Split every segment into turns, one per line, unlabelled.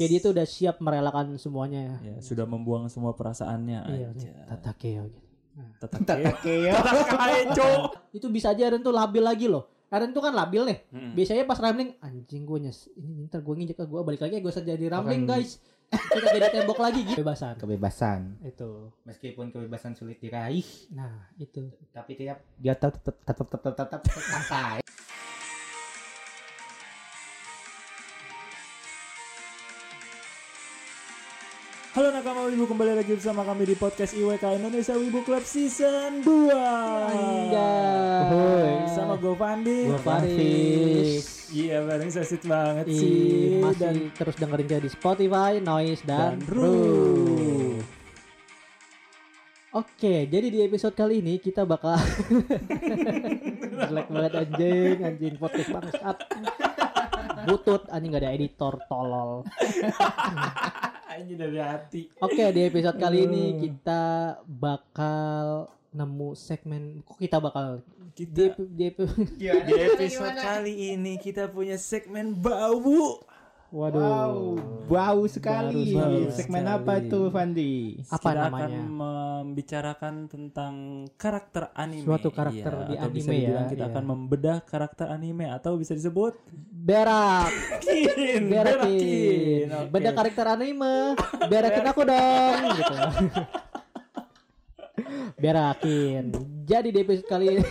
Kayak dia tuh udah siap merelakan semuanya.
Ya, sudah membuang semua perasaannya.
Iya,
aja.
Tata Keo gitu.
Tetap
Iya.
Iya. kayak
Keo. Itu bisa aja Aaron tuh labil lagi loh. Aaron tuh kan labil nih.
Hmm.
Biasanya pas rambling anjing gue nyes. Ini ntar gue nginjek ke gue balik lagi gue jadi rambling
Orang-
guys. Kita jadi tembok lagi gitu. Kebebasan.
kebebasan
Itu.
meskipun kebebasan sulit diraih
Nah, itu.
tapi tiap dia tetap tetap tetap tetap tetap sampai
Halo nakama Wibu kembali lagi bersama kami di podcast IWK Indonesia Wibu Club Season 2
Anjay.
Sama gue Fandi
Gua Faris.
Iya bareng sesit banget
Ih,
sih
masih
Dan
Iya, terus dengerin kita di Spotify, Noise dan,
Dan
Ru.
Ru.
Oke, jadi di episode kali ini kita bakal jelek banget anjing, anjing podcast bangsat. Butut anjing gak ada editor tolol.
Ini dari hati
Oke, di episode kali ini kita bakal nemu segmen kok kita bakal di,
Kita
di,
di episode kali ini kita punya segmen bau
waduh.
wow bau sekali
Baru sekali.
segmen apa itu Fandi
Apa
kita
namanya?
akan membicarakan tentang karakter anime
Suatu karakter
Iya,
di
atau bisa
anime ya,
dibilang kita
iya.
akan membedah karakter anime Atau bisa disebut
Berak.
Berakin
berakin
oke.
beda karakter anime berakin aku dong gitu berakin jadi di episode kali ini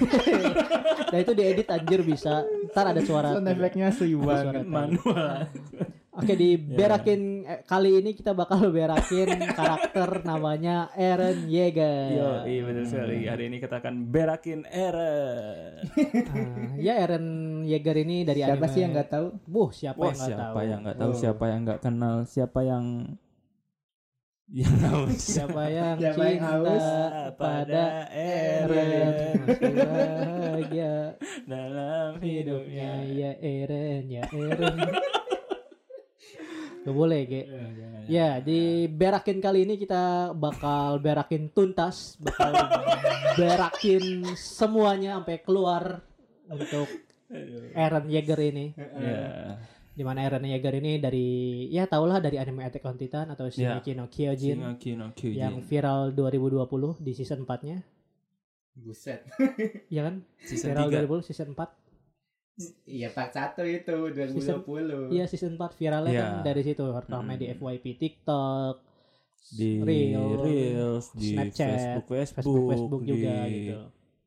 nah itu diedit anjir bisa ntar ada suara
sound effectnya seru banget
Manual
oke di
Iya.
berakin eh, kali ini kita bakal berakin karakter namanya Eren
Yo,
Yeager
iya betul sekali.
Hmm.
Hari ini kita akan berakin Eren.
Ah, ya Eren Yeager ini dari
siapa
anime.
sih yang nggak tahu
Wuh, siapa
Wah,
yang nggak
siapa
tahu
yang nggak tahu, siapa yang nggak kenal, siapa yang yang tahu
siapa yang
Siapa yang
cinta
haus?
pada Eren masih bahagia
dalam
hidupnya ya Eren ya Eren Gak boleh Ge Ya di berakin kali ini kita bakal berakin tuntas Bakal berakin semuanya sampai keluar Untuk Eren Yeager ini
Iya.
Ya.
Dimana Eren Yeager ini dari Ya tahulah dari anime Attack on Titan Atau
Ya.
Shingeki no Kyojin
Shingeki no Kyojin.
Yang viral 2020 di season 4 nya
buset
Iya kan?
Season
viral
tiga.
2020 season 4
iya part satu itu 2020
Iya season 4 viralnya
Iya.
kan dari situ pertama
Mm-mm.
di FYP TikTok
di
Reel,
Reels, di
Snapchat,
Facebook, Facebook,
Facebook Facebook
di
juga gitu.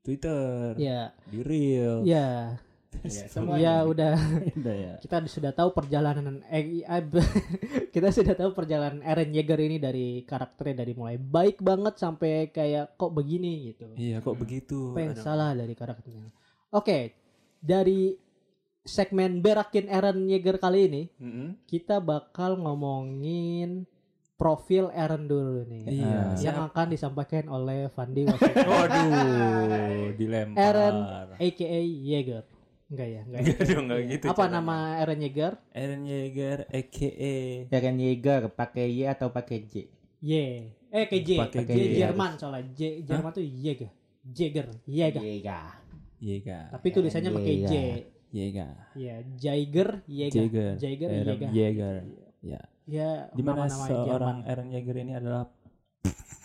Twitter,
Ya,
di Reels.
ya,
Iya,
ya,
semua
udah
Udah ya.
kita sudah tahu perjalanan eh, eh, kita sudah tahu perjalanan Eren Yeager ini dari karakternya dari mulai baik banget sampai kayak kok begini gitu.
Iya kok begitu.
Apa yang
Aduh.
salah dari karakternya? Oke, dari segmen berakin Eren Yeager kali ini
Mm-mm.
kita bakal ngomongin profil Aaron dulu nih.
Iya,
Yang
siap.
akan disampaikan oleh Fandi Wasid,
Waduh, dilempar.
Aaron aka Yeager. Enggak ya, enggak. ya.
Aduh, enggak gitu.
Apa
caranya.
nama Aaron Yeager?
Aaron Yeager aka
Eren Ya kan, Yeager pakai Y atau pakai J
Y. Eh, ke J.
Pakai
J
J harus.
Jerman soalnya. J Jerman tuh Yeager. Jaeger, Yeager.
Yeager
Yeager.
Tapi tulisannya pakai J.
Yeager.
Yeager.
Ya, Jaeger, Yeager.
Jaeger.
Jaeger,
Aaron
Yeager.
Yeager. Ya.
Ya,
Dimana
nama-nama
seorang Aaren Yeager ini adalah
Jerman.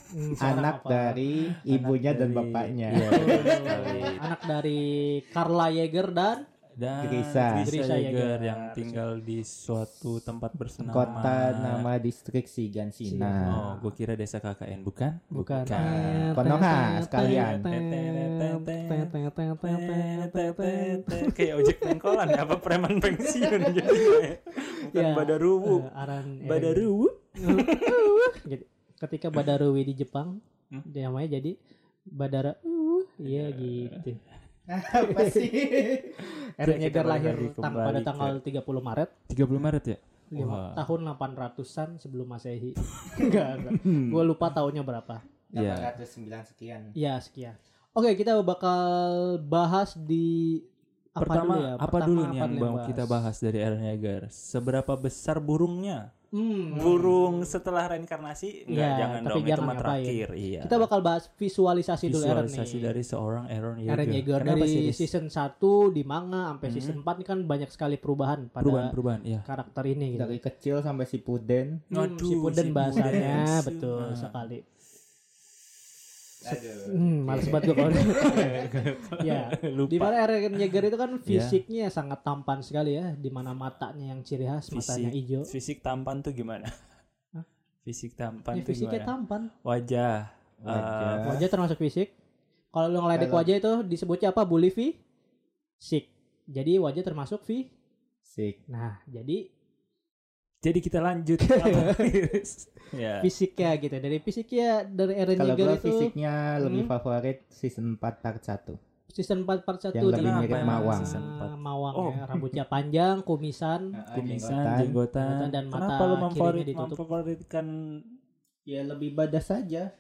Hmm, seorang
anak
apa?
dari ibunya
anak
dan
dari-
bapaknya
Iya,
Tuh,
betul sekali.
anak dari Carla Yeager dan
Dan
Grisa.
Grisa
Grisa Yeager
Yeager.
yang tinggal di suatu tempat bersenama
kota Iya. nama distrik Sigan Sina
Oh, gue kira desa KKN bukan?
Bukan.
Konoha sekalian.
Kayak ojek pengkolan ya, apa preman pensiun jadinya. Bukan
Ya.
Badaruwu.
Eh, Aran
Ya,
Eren.
Badaruwu.
Gitu. Ketika Badaruwi di Jepang,
Hmm?
dia namanya jadi Badara. Uh, iya gitu.
apa sih
Eren
kita
Yeager
balik
lahir
lagi
tang-
kembali
pada
ke-
tanggal 30 Maret
30 Maret ya?
lima-
Wah.
tahun 800-an sebelum Masehi. Enggak, enggak. Gua lupa tahunnya berapa.
Iya. 809 sekian.
Ya, sekian. Oke, kita bakal bahas di apa
Pertama,
dulu ya?
apa
Pertama,
dulu nih
apa
yang
dulu
bang kita bahas dari Aaron Yeager? Seberapa besar burungnya? Ya,
Hmm.
burung setelah reinkarnasi enggak
Iya,
jangan
tapi
dong
jangan,
itu mah
ngapain.
terakhir iya
Kita bakal bahas visualisasi, dulu Aaron nih.
visualisasi dari seorang ya, Aaron Yeager
Aaron Yeager
Kenapa
dari
sih, Riz?
season 1 di manga sampai season 4 ini kan banyak sekali perubahan pada
perubahan perubahan ya
karakter ini gitu.
dari kecil sampai si puden
Hmm,
Aduh,
si Puden
si
bahasanya
Puden.
betul
Nah.
sekali.
aduh Ah.
Hmm, males banget gue kalau. ya,
Oh
di
lupa Iya.
mana Eren Yeager itu kan fisiknya sangat tampan sekali ya, di mana matanya yang ciri khas, matanya
Fisik. Iya,
hijau.
fisik tampan tuh gimana fisik tampan
Ya,
tuh
fisiknya
gimana
tampan.
wajah
Wajah.
eh,
Wajah termasuk fisik. Kalau lu
Iya,
ngeledek
Kalau-
wajah itu disebutnya apa? Bully fi? Sik. Jadi wajah termasuk fi.
sik
Nah, jadi
Iya. jadi kita lanjut Apa, Riz? ya
fisiknya gitu. Dari fisiknya dari Eren
kalau
Yeager
gua
itu
fisiknya lebih
Hmm.
favorit season 4 part 1
season 4 part 1
Yang lebih
di-
mirip
Kenapa
Mawang.
emang
Season empat?
Mawang
Oh.
ya, rambutnya panjang,
Ah,
kumisan.
kumisan jenggotan
Jenggotan dan mata
kenapa lu
kirinya
memfavorit
ditutup.
memfavoritkan
ya lebih badas saja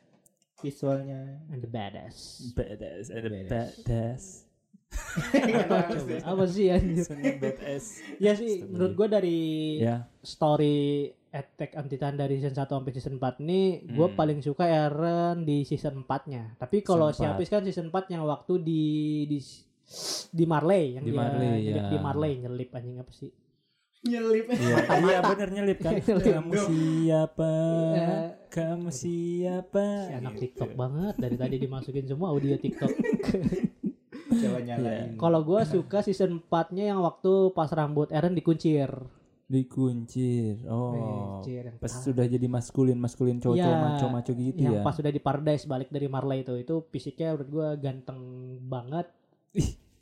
visualnya
And the badass.
badass ada
Badass.
badass Iya.
Apa coba? Apa sih anjir?
Seneng badass
ya sih, menurut gue dari
ya
story Attack on Titan dari season 1 sampai season 4 ini gue
Hmm.
paling suka Eren di season 4-nya. Tapi kalau si
Season
habis kan season 4 yang waktu di di di Marley yang
Di
dia
Marley,
nyelip
ya.
di Marley nyelip anjing apa sih?
nyelip
Iya, iya bener nyelip kan.
Nyelip.
Kamu siapa?
Iya.
Kamu siapa?
Si anak
Gitu.
TikTok banget dari tadi dimasukin semua audio TikTok.
coba nyalain
kalau gue suka season 4-nya yang waktu pas rambut Eren dikuncir.
Dikuncir. Oh.
Dikuncir yang
Pas
parah.
sudah jadi maskulin, maskulin cowok,
Iya,
maco-maco gitu
Ah. yang
ya.
pas udah di Paradise balik dari Marley itu itu fisiknya menurut gue ganteng banget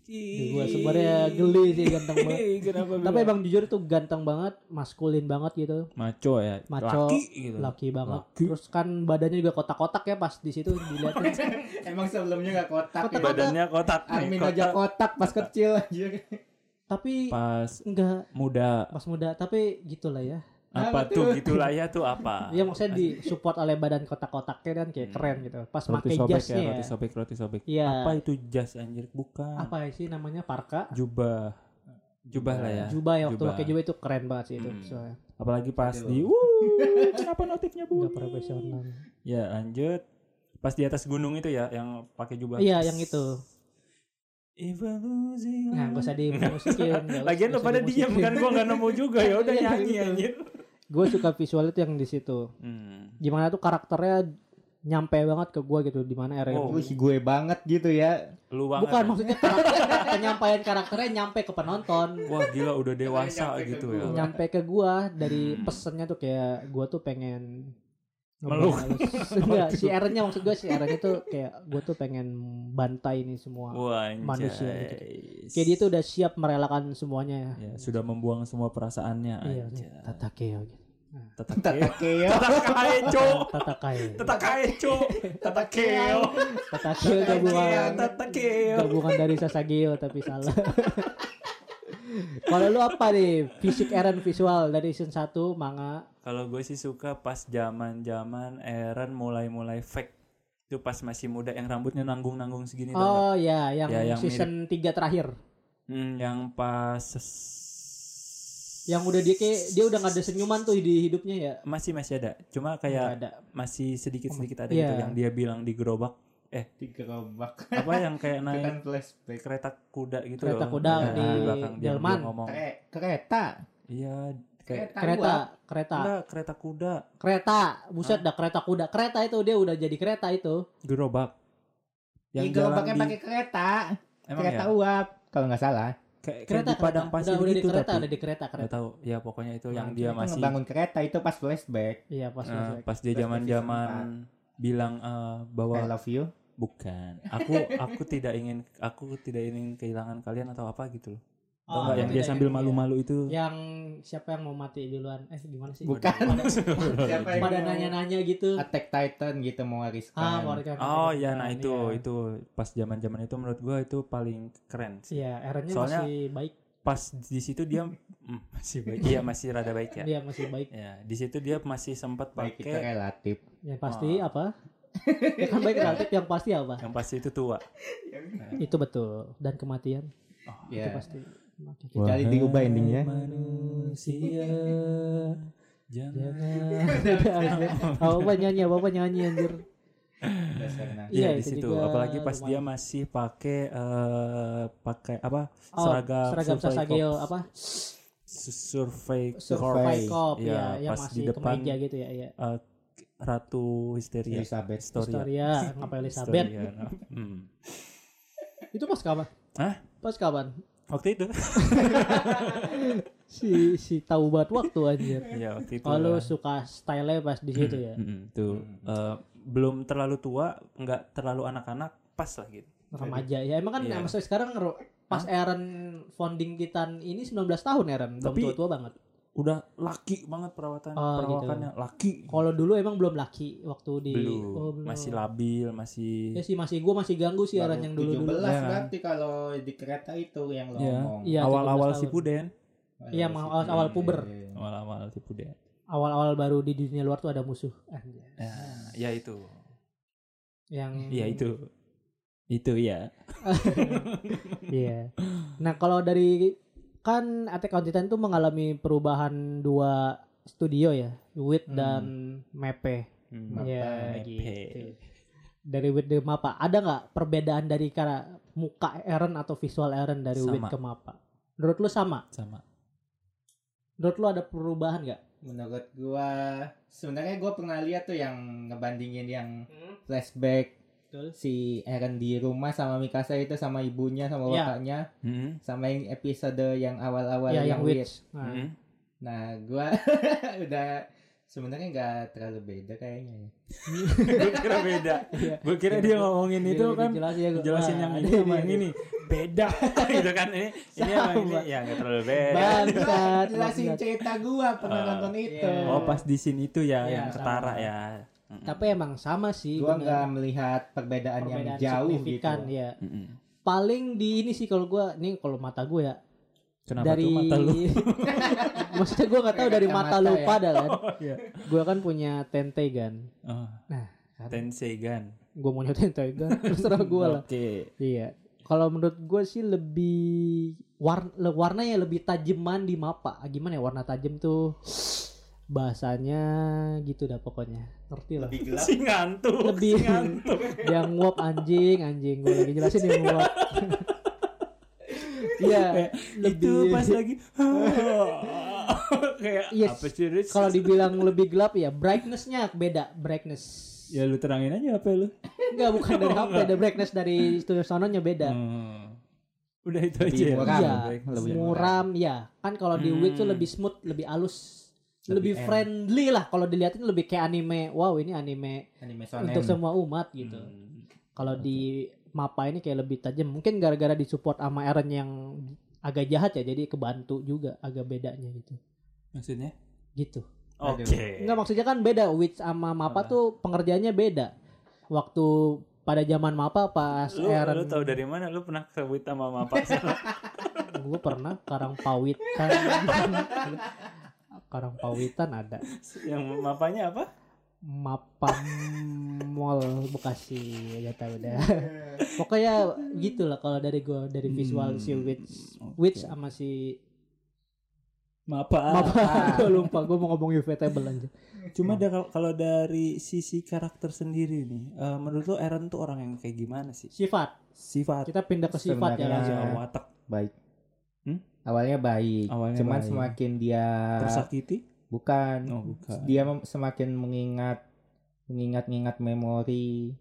gue sebenarnya geli sih ganteng banget
Kenapa
tapi
bilang?
emang jujur tuh ganteng banget maskulin banget gitu
maco ya.
Maco,
Laki gitu.
laki banget
Laki.
terus kan badannya juga kotak-kotak ya pas di situ dilihat
emang sebelumnya gak kotak ya?
Badannya kotak. nih,
Armin
kotak.
aja kotak pas kecil aja
tapi
Pas
enggak
muda
pas muda tapi gitulah ya
apa
Apa
tuh
tuh?
gitulah ya tuh apa?
ya maksudnya di support oleh badan kotak-kotaknya dan kayak
Hmm.
keren gitu pas
roti
pakai
sobek ya,
jasnya
roti sobek, roti sobek.
Iya.
Apa ya? itu jas anjir? Bukan.
apa ya sih namanya parka
Jubah. Jubah lah ya.
jubah ya waktu
Jubah.
pakai jubah itu keren banget sih itu
Hmm.
soalnya
Apalagi pas
Aduh.
di Wuh, kenapa notifnya bunyi?
nggak profesional
Ya, lanjut. Pas di atas gunung itu ya yang pakai jubah.
iya yang itu
If I lose you.
Nah, gak usah dimusikin.
Lagian lu pada diem kan gua nggak nemu juga ya udah
Iya,
nyanyi
gitu.
anjir.
Gue suka visual itu yang di situ.
Hmm.
Gimana tuh karakternya nyampe banget ke gue gitu. Dimana Eren.
Oh,
Lu si gue banget gitu ya
Lu banget.
Bukan
ya.
maksudnya karakter, penyampaian karakternya nyampe ke penonton.
Wah, gila udah dewasa
Nyampe ke
gitu
gua.
ya.
Nyampe ke gua dari
Hmm.
pesennya tuh kayak gua tuh pengen
Meluk.
Enggak, si Erennya maksud gue si Erennya tuh kayak gue tuh pengen bantai ini semua.
Wah, anjay.
Manusia gitu. Kayak dia tuh udah siap merelakan semuanya.
ya, sudah membuang semua perasaannya
Iya,
anjir.
Tatakeo gitu.
Iya.
Tetak
tatakeo
Tatakaeco.
Tatakae.
Tatakaeco.
Iya,
Tatakeo.
Tatakeo gabungan.
Tatakeo.
gabungan dari Sasageo tapi salah. Kalau lu apa nih fisik Eren visual dari season 1 manga
Kalau gue sih suka pas zaman-zaman Eren mulai-mulai fake. Itu pas masih muda yang rambutnya nanggung-nanggung segini tau nggak?
Oh ya yang,
Ya, yang
season 3 terakhir
Hmm, yang pas
yang udah dia kayak dia udah gak ada senyuman tuh di hidupnya ya.
masih masih ada. Cuma
Nggak
kayak
ada.
masih sedikit-sedikit ada
Iya.
gitu yang dia bilang di gerobak
digerobak
apa yang kayak
Nah,
itu
naik
kan flashback
kereta kuda gitu
Kereta
loh.
kuda
Nah,
di
belakang dia- dia
Delman.
ngomong.
Kere- Nah. kereta
Iya, kayak
kereta,
Kereta,
gua.
kereta,
enggak kereta kuda,
kereta. Buset dah kereta kuda. Kereta itu dia udah jadi kereta itu.
gerobak.
Yang
jalan
gerobaknya
di-
Iya, pakai kereta,
emang
kereta
ya?
uap kalau nggak salah.
Kayak, kayak
Kereta
di padang
kereta.
pasir
udah, udah di
gitu
kereta,
tapi.
udah di kereta
Gak
kereta.
tahu. Ya pokoknya itu yang
Nah,
dia
itu
masih
ngebangun kereta itu pas flashback.
Iya pas
eh,
masuk.
pas dia
Flashback
zaman-zaman
season
bilang eh, bahwa
I love you.
bukan. Aku aku tidak ingin aku tidak ingin kehilangan kalian atau apa gitu loh. Atau
Oh,
enggak
aku
yang dia
tidak
sambil
ingin,
malu-malu itu.
iya. Yang siapa yang mau mati duluan? Eh gimana sih?
Bukan. Siapa yang
Pada
mau
nanya-nanya gitu.
Attack Titan gitu
Ah,
mewariskan.
warga.
Oh ya nah itu
Iya.
itu pas zaman-zaman itu menurut gua itu paling keren. sih.
Iya, Aaronnya
Soalnya-
masih baik.
Pas di situ dia mm, masih baik. Iya masih rada baik ya.
Dia masih baik.
Ya, di situ dia masih sempat
Baik itu kan.
pakai
relatif.
Yang pasti
Ah.
apa? Ya kan baik relatif yang pasti apa?
yang pasti itu tua.
Itu betul. Dan kematian itu
Ya.
pasti. Mati.
Kecuali diubah endingnya.
Manusia Jangan. Iya,
Jangan. Bapak nyanyi, bapak nyanyi anjir.
Dasar nangis.
Iya,
Iya di
itu
situ.
juga
Apalagi pas
lumayan.
dia masih pakai eh pakai apa?
Oh,
seragam
seragam
survei
Sasageo
corps.
apa?
Su- Survei
Survey Cop
Iya,
ya, yang
pas
masih
di depan
kemeja gitu ya, ya.
eh, Ratu
Iya.
Histeria.
Elizabeth.
Historia.
Historia, ngapa Elizabeth?
Historia, nah. Hmm.
Itu pas kapan?
Hah?
Pas kapan?
Waktu itu.
Si si tahu banget waktu anjir.
Iya, waktu itu.
Kalau
lah.
suka style pas di situ ya.
Mm-mm, tuh
Mm.
Eh, belum terlalu tua, nggak terlalu anak-anak, pas lah gitu.
Remaja ya. Emang kan
Iya.
maksudnya sekarang ro- pas Aaron founding Titan ini 19 tahun Aaron, belum
Tapi-
tua-tua banget.
Udah laki banget
Oh,
perawatan
gitu.
perawakannya, laki.
Kalau dulu emang belum laki waktu di
belum.
oh, belum.
masih labil,
Ya
masih
sih masih gua masih ganggu sih Aaron
Baru
yang dulu-dulu.
17
Ya.
berarti kalau di kereta itu yang lo
Iya.
ngomong.
Iya.
awal-awal
17
si
tahun.
Puden.
Baru
Iya, mau
situ.
awal- awal puber.
Iya.
Awal-awal si Puden.
Awal-awal baru di dunia luar tuh ada musuh. Anjir.
Nah, ya itu.
Yang
Ya itu. Itu ya.
Iya. Nah, kalau dari kan Attack on Titan tuh mengalami perubahan dua studio ya, Wit
Hmm.
dan Mepe.
Hmm.
Mapa,
Iya,
Mepe.
gitu. Dari Wit ke Mapa, ada nggak perbedaan dari cara muka Eren atau visual Eren dari
Sama.
Wit ke Mapa? Menurut lu sama?
Sama.
Menurut lu ada perubahan nggak?
Menurut gua sebenarnya gua pernah lihat tuh yang ngebandingin yang flashback
Betul.
si Eren di rumah sama Mikasa itu sama ibunya
Iya.
sama bapaknya
Mm-mm.
sama yang episode yang awal-awal
Ya, yang
yang,
Wit.
weird.
Nah,
Mm-mm.
Nah, gua udah sebenarnya nggak terlalu beda kayaknya. ya.
Gue kira beda.
Iya.
Gue kira dia ngomongin
Jadi
itu
lebih
kan
jelas ya, gua.
jelasin
Nah,
yang
ada
ini sama yang
ini.
ini beda gitu kan ini ini sama yang ini
Sama.
ya nggak terlalu
Iya.
beda
Bangsat,
Gua jelasin
bangsat.
cerita gua pernah
Ah.
nonton itu.
Iya.
oh pas di scene itu ya
Iya,
yang
sama.
ketara ya Mm-mm.
Tapi emang sama sih.
Gua
bener.
nggak melihat perbedaan, yang
Perbedaan
jauh gitu.
signifikan, ya.
Mm-mm.
Paling di ini sih kalau gua nih kalau mata gua ya
kenapa
dari
tuh mata lu
maksudnya gue nggak tahu dari
Kacamata
mata lu
ya.
pada kan
oh iya
gue kan punya tentei kan
oh.
Nah, kan.
tensei gun
gue mau nyobain tentei kan terserah gue lah
oke
iya kalau menurut gue sih lebih warna warnanya lebih tajaman di mapa gimana ya warna tajam tuh bahasanya gitu dah pokoknya ngerti lah
Lebih gelap.
si ngantuk
Lebih-
si ngantuk
yang nguap anjing anjing gue lagi jelasin yang nguap iya
Eh, itu
lebih
pas lagi kayak
Yes.
apa sih Rich?
kalau dibilang lebih gelap ya brightnessnya beda brightness
ya lu terangin aja apa lu
Enggak bukan dari HP, ada brightness dari studio sononya beda.
Hmm. udah itu
Lebih
aja ya?
murah.
Iya,
Lebih
muram ya. Kan kalau di
Hmm.
Wii tuh lebih smooth, lebih halus, lebih,
Lebih enak.
friendly lah kalau dilihatin lebih kayak anime. Wow, ini anime
Anime shonen.
untuk semua umat gitu.
Hmm.
Kalau
Oke.
di Mapa ini kayak lebih tajam. Mungkin gara-gara disupport sama Eren yang agak jahat ya, jadi kebantu juga agak bedanya gitu.
maksudnya
Gitu.
oke
Aduh.
Enggak maksudnya kan beda Witch sama Mapa
Apa?
tuh pengerjaannya beda. Waktu pada zaman Mapa pas
lu,
Eren
lu tau dari mana lu pernah ke Wita sama Pak
gue pernah kan. karang pawitan karang pawitan ada
yang mapanya apa
mapa mall bekasi ya tahu
Iya.
dah pokoknya gitulah kalau dari gue dari visual
Hmm,
si witch
oke.
witch sama si
mapa ah.
mapa gue lupa gue mau ngomong UV table aja Hmm.
cuma da- kalau- kalau dari sisi karakter sendiri nih eh, menurut lo Eren tuh orang yang kayak gimana sih
sifat
sifat
kita pindah ke sifat ya
Sebenarnya-
langsung
ya, watak
baik.
Hmm?
Awalnya baik.
Awalnya
Cuman
baik.
semakin dia
tersakiti
bukan
oh
Nah.
bukan
dia mem- semakin mengingat mengingat-ingat memori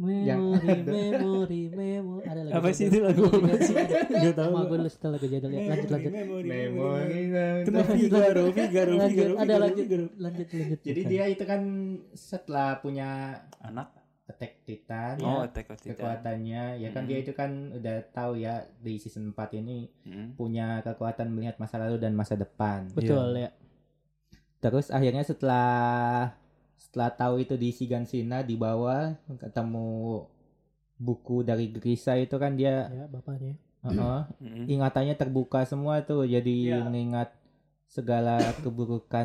memori memori memori ada lagi
apa sih itu lagu apa sih nggak tahu
sama
gua.
gue lu setelah kejadian lihat lanjut lanjut
Memori, memori.
memori
itu mah Figaro Figaro
lanjut
Figaro
ada
Figaro,
lanjut
Figaro.
lanjut lanjut
jadi dia itu kan setelah punya
anak
Attack Titan
Iya.
ya,
oh Attack on Titan
kekuatannya ya kan
Mm-mm.
dia itu kan udah tahu ya di season 4 ini
Mm.
punya kekuatan melihat masa lalu dan masa depan
betul ya
terus akhirnya setelah setelah tahu itu di Sigansina di bawah ketemu buku dari Grisa itu kan dia
ya bapaknya
Mm.
heeh,
Iya.
ingatannya terbuka semua tuh jadi
Iya.
mengingat segala keburukan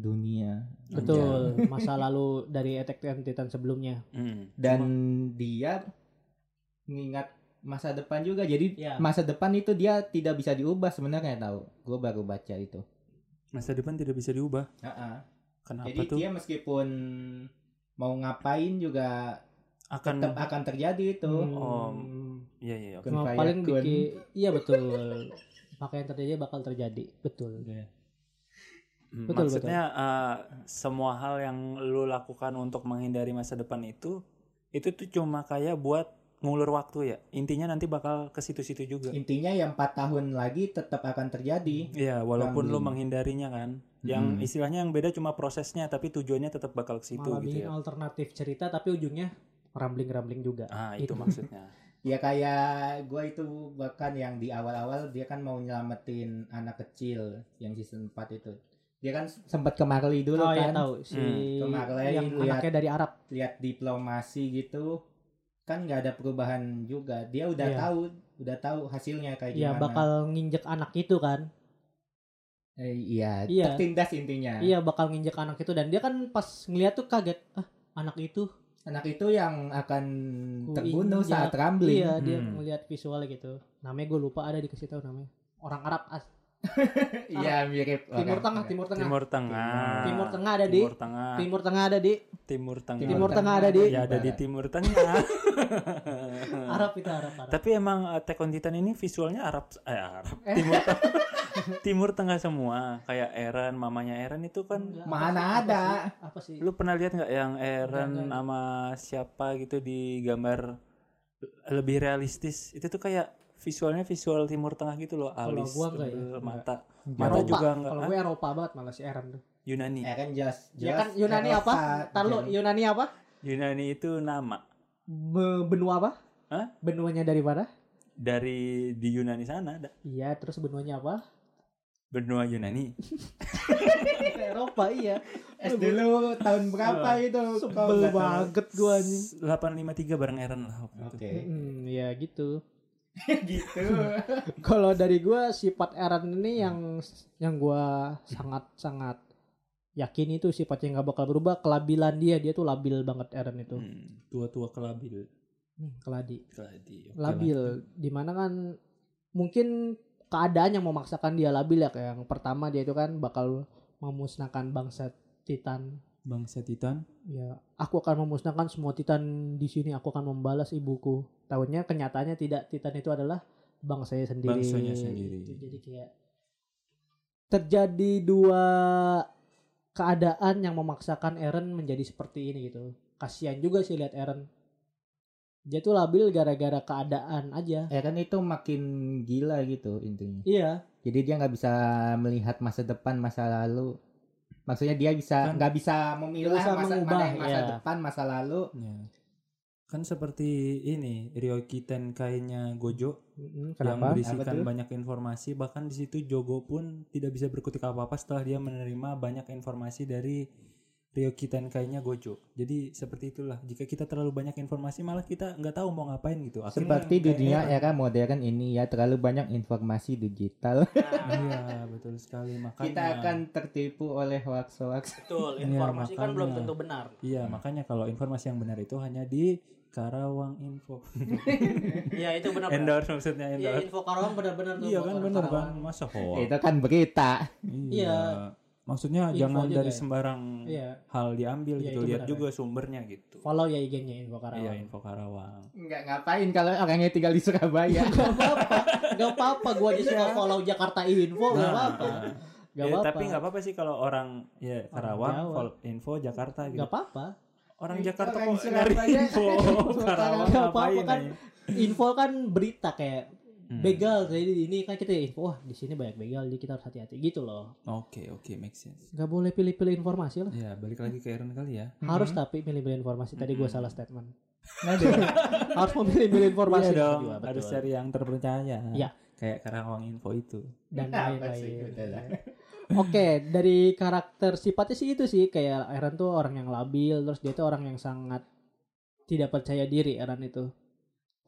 dunia
betul masa lalu dari Attack on Titan sebelumnya
Mm.
dan dia mengingat masa depan juga jadi
Iya.
masa depan itu dia tidak bisa diubah sebenarnya tahu gue baru baca itu
masa depan tidak bisa diubah
Heeh.
kenapa
Jadi
tuh
dia meskipun mau ngapain juga
Kan
akan
tetap akan terjadi itu.
Hmm.
Om. iya iya oke.
Cuma
Kun
paling
fayakun.
bikin iya betul. Maka yang terjadi bakal terjadi, betul.
Hmm,
Betul,
maksudnya eh, semua hal yang lu lakukan untuk menghindari masa depan itu itu tuh cuma kayak buat ngulur waktu ya intinya nanti bakal ke situ-situ
Hmm.
juga
Iya.
Intinya yang 4 tahun lagi tetap akan terjadi.
Iya, walaupun lu
Gangguin.
menghindarinya kan.
Hmm.
Yang
Mm.
istilahnya yang beda cuma prosesnya tapi tujuannya tetap bakal ke situ
Malah bikin
gitu ya.
alternatif cerita tapi ujungnya rambling-rambling juga.
Ah, itu
Itu.
maksudnya.
Ya kayak gue itu bahkan yang di awal-awal dia kan mau nyelamatin anak kecil yang season 4 itu. Dia kan sempat ke Marley dulu
oh ya
kan.
tahu si
Hmm.
Kemarin
yang
lihat-
anaknya dari Arab.
lihat diplomasi gitu kan nggak ada perubahan juga dia udah
Iya.
tahu udah tahu hasilnya kayak
Iya
gimana
bakal nginjek anak itu kan.
Eh, iya
Iya.
tertindas intinya
Iya bakal nginjek anak itu dan dia kan pas ngeliat tuh kaget. Ah, anak itu.
anak itu yang akan
Ku
terbunuh
injak.
saat rambling
Iya, dia
Hmm.
ngeliat visual gitu. Namanya gue lupa ada dikasih tahu namanya. Orang Arab as
iya mirip
Timur
orang-
Tengah,
orang-
Timur Tengah. Timur,
Timur Tengah.
Tengah ada di
Timur Tengah. Hmm.
Timur Tengah ada di
Timur Tengah.
Timur Tengah ada di-
Ya ada di
barat.
Timur Tengah.
Arab itu Arab. Arab.
Tapi emang eh, Attack on Titan ini visualnya Arab eh Arab. Timur Tengah. Timur Tengah semua. Kayak Eren, mamanya Eren itu kan
Enggak,
mana
apa sih-
ada?
Apa sih? Apa sih?
lu pernah lihat nggak yang Eren
Enggak, enggak.
sama siapa gitu di gambar lebih realistis itu tuh kayak visualnya visual timur tengah gitu loh
Kalau
alis
gua enggak ya,
eh,
enggak.
mata
Enggak.
mata
Eropa.
juga enggak
Kalau
ah,
gue Eropa banget malah si Aaron tuh.
Yunani
ya kan jelas
Ya
jelas
kan Yunani
Eropa.
apa? iya. Ntar lu
Jadi-
Yunani apa?
Yunani itu nama
Be- Benua apa?
Hah?
Benuanya dari mana?
dari di Yunani sana ada
Iya, terus benuanya apa?
benua Yunani
Eropa iya.
es dulu tahun berapa itu Kau
Ah. Sebel
nggak tahu.
banget gue anjing.
853 bareng Eren lah waktu itu.
oke
Hmm, ya gitu.
gitu
Kalau dari gue sifat Aaron ini yang yang gue sangat sangat yakin itu sifatnya nggak bakal berubah kelabilan dia dia tuh labil banget Aaron itu
Hmm, tua-tua kelabil
Hmm, keladi
keladi oke lah.
labil dimana kan mungkin keadaan yang memaksakan dia labil ya kayak yang pertama dia itu kan bakal memusnahkan bangsa Titan
bangsa Titan
ya aku akan memusnahkan semua Titan di sini aku akan membalas ibuku tahunya kenyataannya tidak Titan itu adalah bangsanya sendiri
Bangsanya sendiri.
Itu jadi kayak terjadi dua keadaan yang memaksakan Eren menjadi seperti ini gitu kasihan juga sih lihat Eren dia tuh labil gara-gara keadaan aja
ya kan itu makin gila gitu intinya
Iya,
Jadi dia nggak bisa melihat masa depan, masa lalu. Maksudnya dia bisa
Kan-
nggak bisa memilah
Nggak bisa
masa
mengubah,
mana yang masa
ya.
depan, masa lalu.
ya. kan seperti ini Ryokitan kainya Gojo
Mm-mm,
yang
kenapa?
berisikan
Apa tuh?
banyak informasi bahkan di situ Jogo pun tidak bisa berkutik apa-apa setelah dia menerima banyak informasi dari Ryoki Tenkainya Gojo jadi seperti itulah jika kita terlalu banyak informasi malah kita nggak tahu mau ngapain gitu
Seperti
kayak
dunia
gitu.
Eren.
era modern ini ya terlalu banyak informasi digital.
Nah,
iya betul
Kan
sekali makanya
Kita
ya.
akan tertipu oleh hoax-hoax.
Betul,
Iya, informasi kan makanya. belum tentu
benar.
iya makanya kalau informasi yang benar itu hanya di Karawang Info
Iya, itu benar.
endorse
Iya,
maksudnya endorse
info Karawang benar-benar
iya kan benar kan masa hoax
Itu kan berita.
Iya.
maksudnya
Info
jangan
aja
dari
kayak-
sembarang
Iya,
hal diambil
Iya,
gitu
itu
lihat
benar,
juga sumbernya gitu
follow ya IG-nya info Karawang.
Iya info Karawang.
Nggak ngapain kalau orangnya tinggal di Surabaya.
Gak apa-apa, gak apa-apa. Gua aja
Iya.
suka follow Jakarta Info, gak
Nah,
Oh, apa-apa. Gak
Ya,
apa-apa.
tapi nggak apa-apa sih kalau orang ya Karawang,
Jawa.
Vol- info Jakarta gitu.
Gak apa-apa.
Orang Jakarta
Orang
kok nyari
Surabaya.
info Karawang
Nggak apa-apa
ngapain
kan.
ya?
Info kan berita kayak
Hmm.
begal. Jadi ini kan kita info, wah di sini banyak begal, jadi kita harus hati-hati gitu loh.
Oke oke make sense.
Gak boleh pilih-pilih informasi lah.
Ya balik lagi ke Aaron kali ya.
Harus
Hmm.
tapi pilih-pilih informasi. Tadi
Hmm.
gua salah statement.
Aduh.
Harus memilih-milih informasi
Iya dong.
Iya, betul.
Harus cari yang terpercaya.
Iya.
Kayak Karawang info itu.
dan
Apa sih,
lain-lain. Iya.
udah lah.
gitu Oke, dari karakter sifatnya sih itu sih kayak Aaron tuh orang yang labil, terus dia tuh orang yang sangat tidak percaya diri Aaron itu.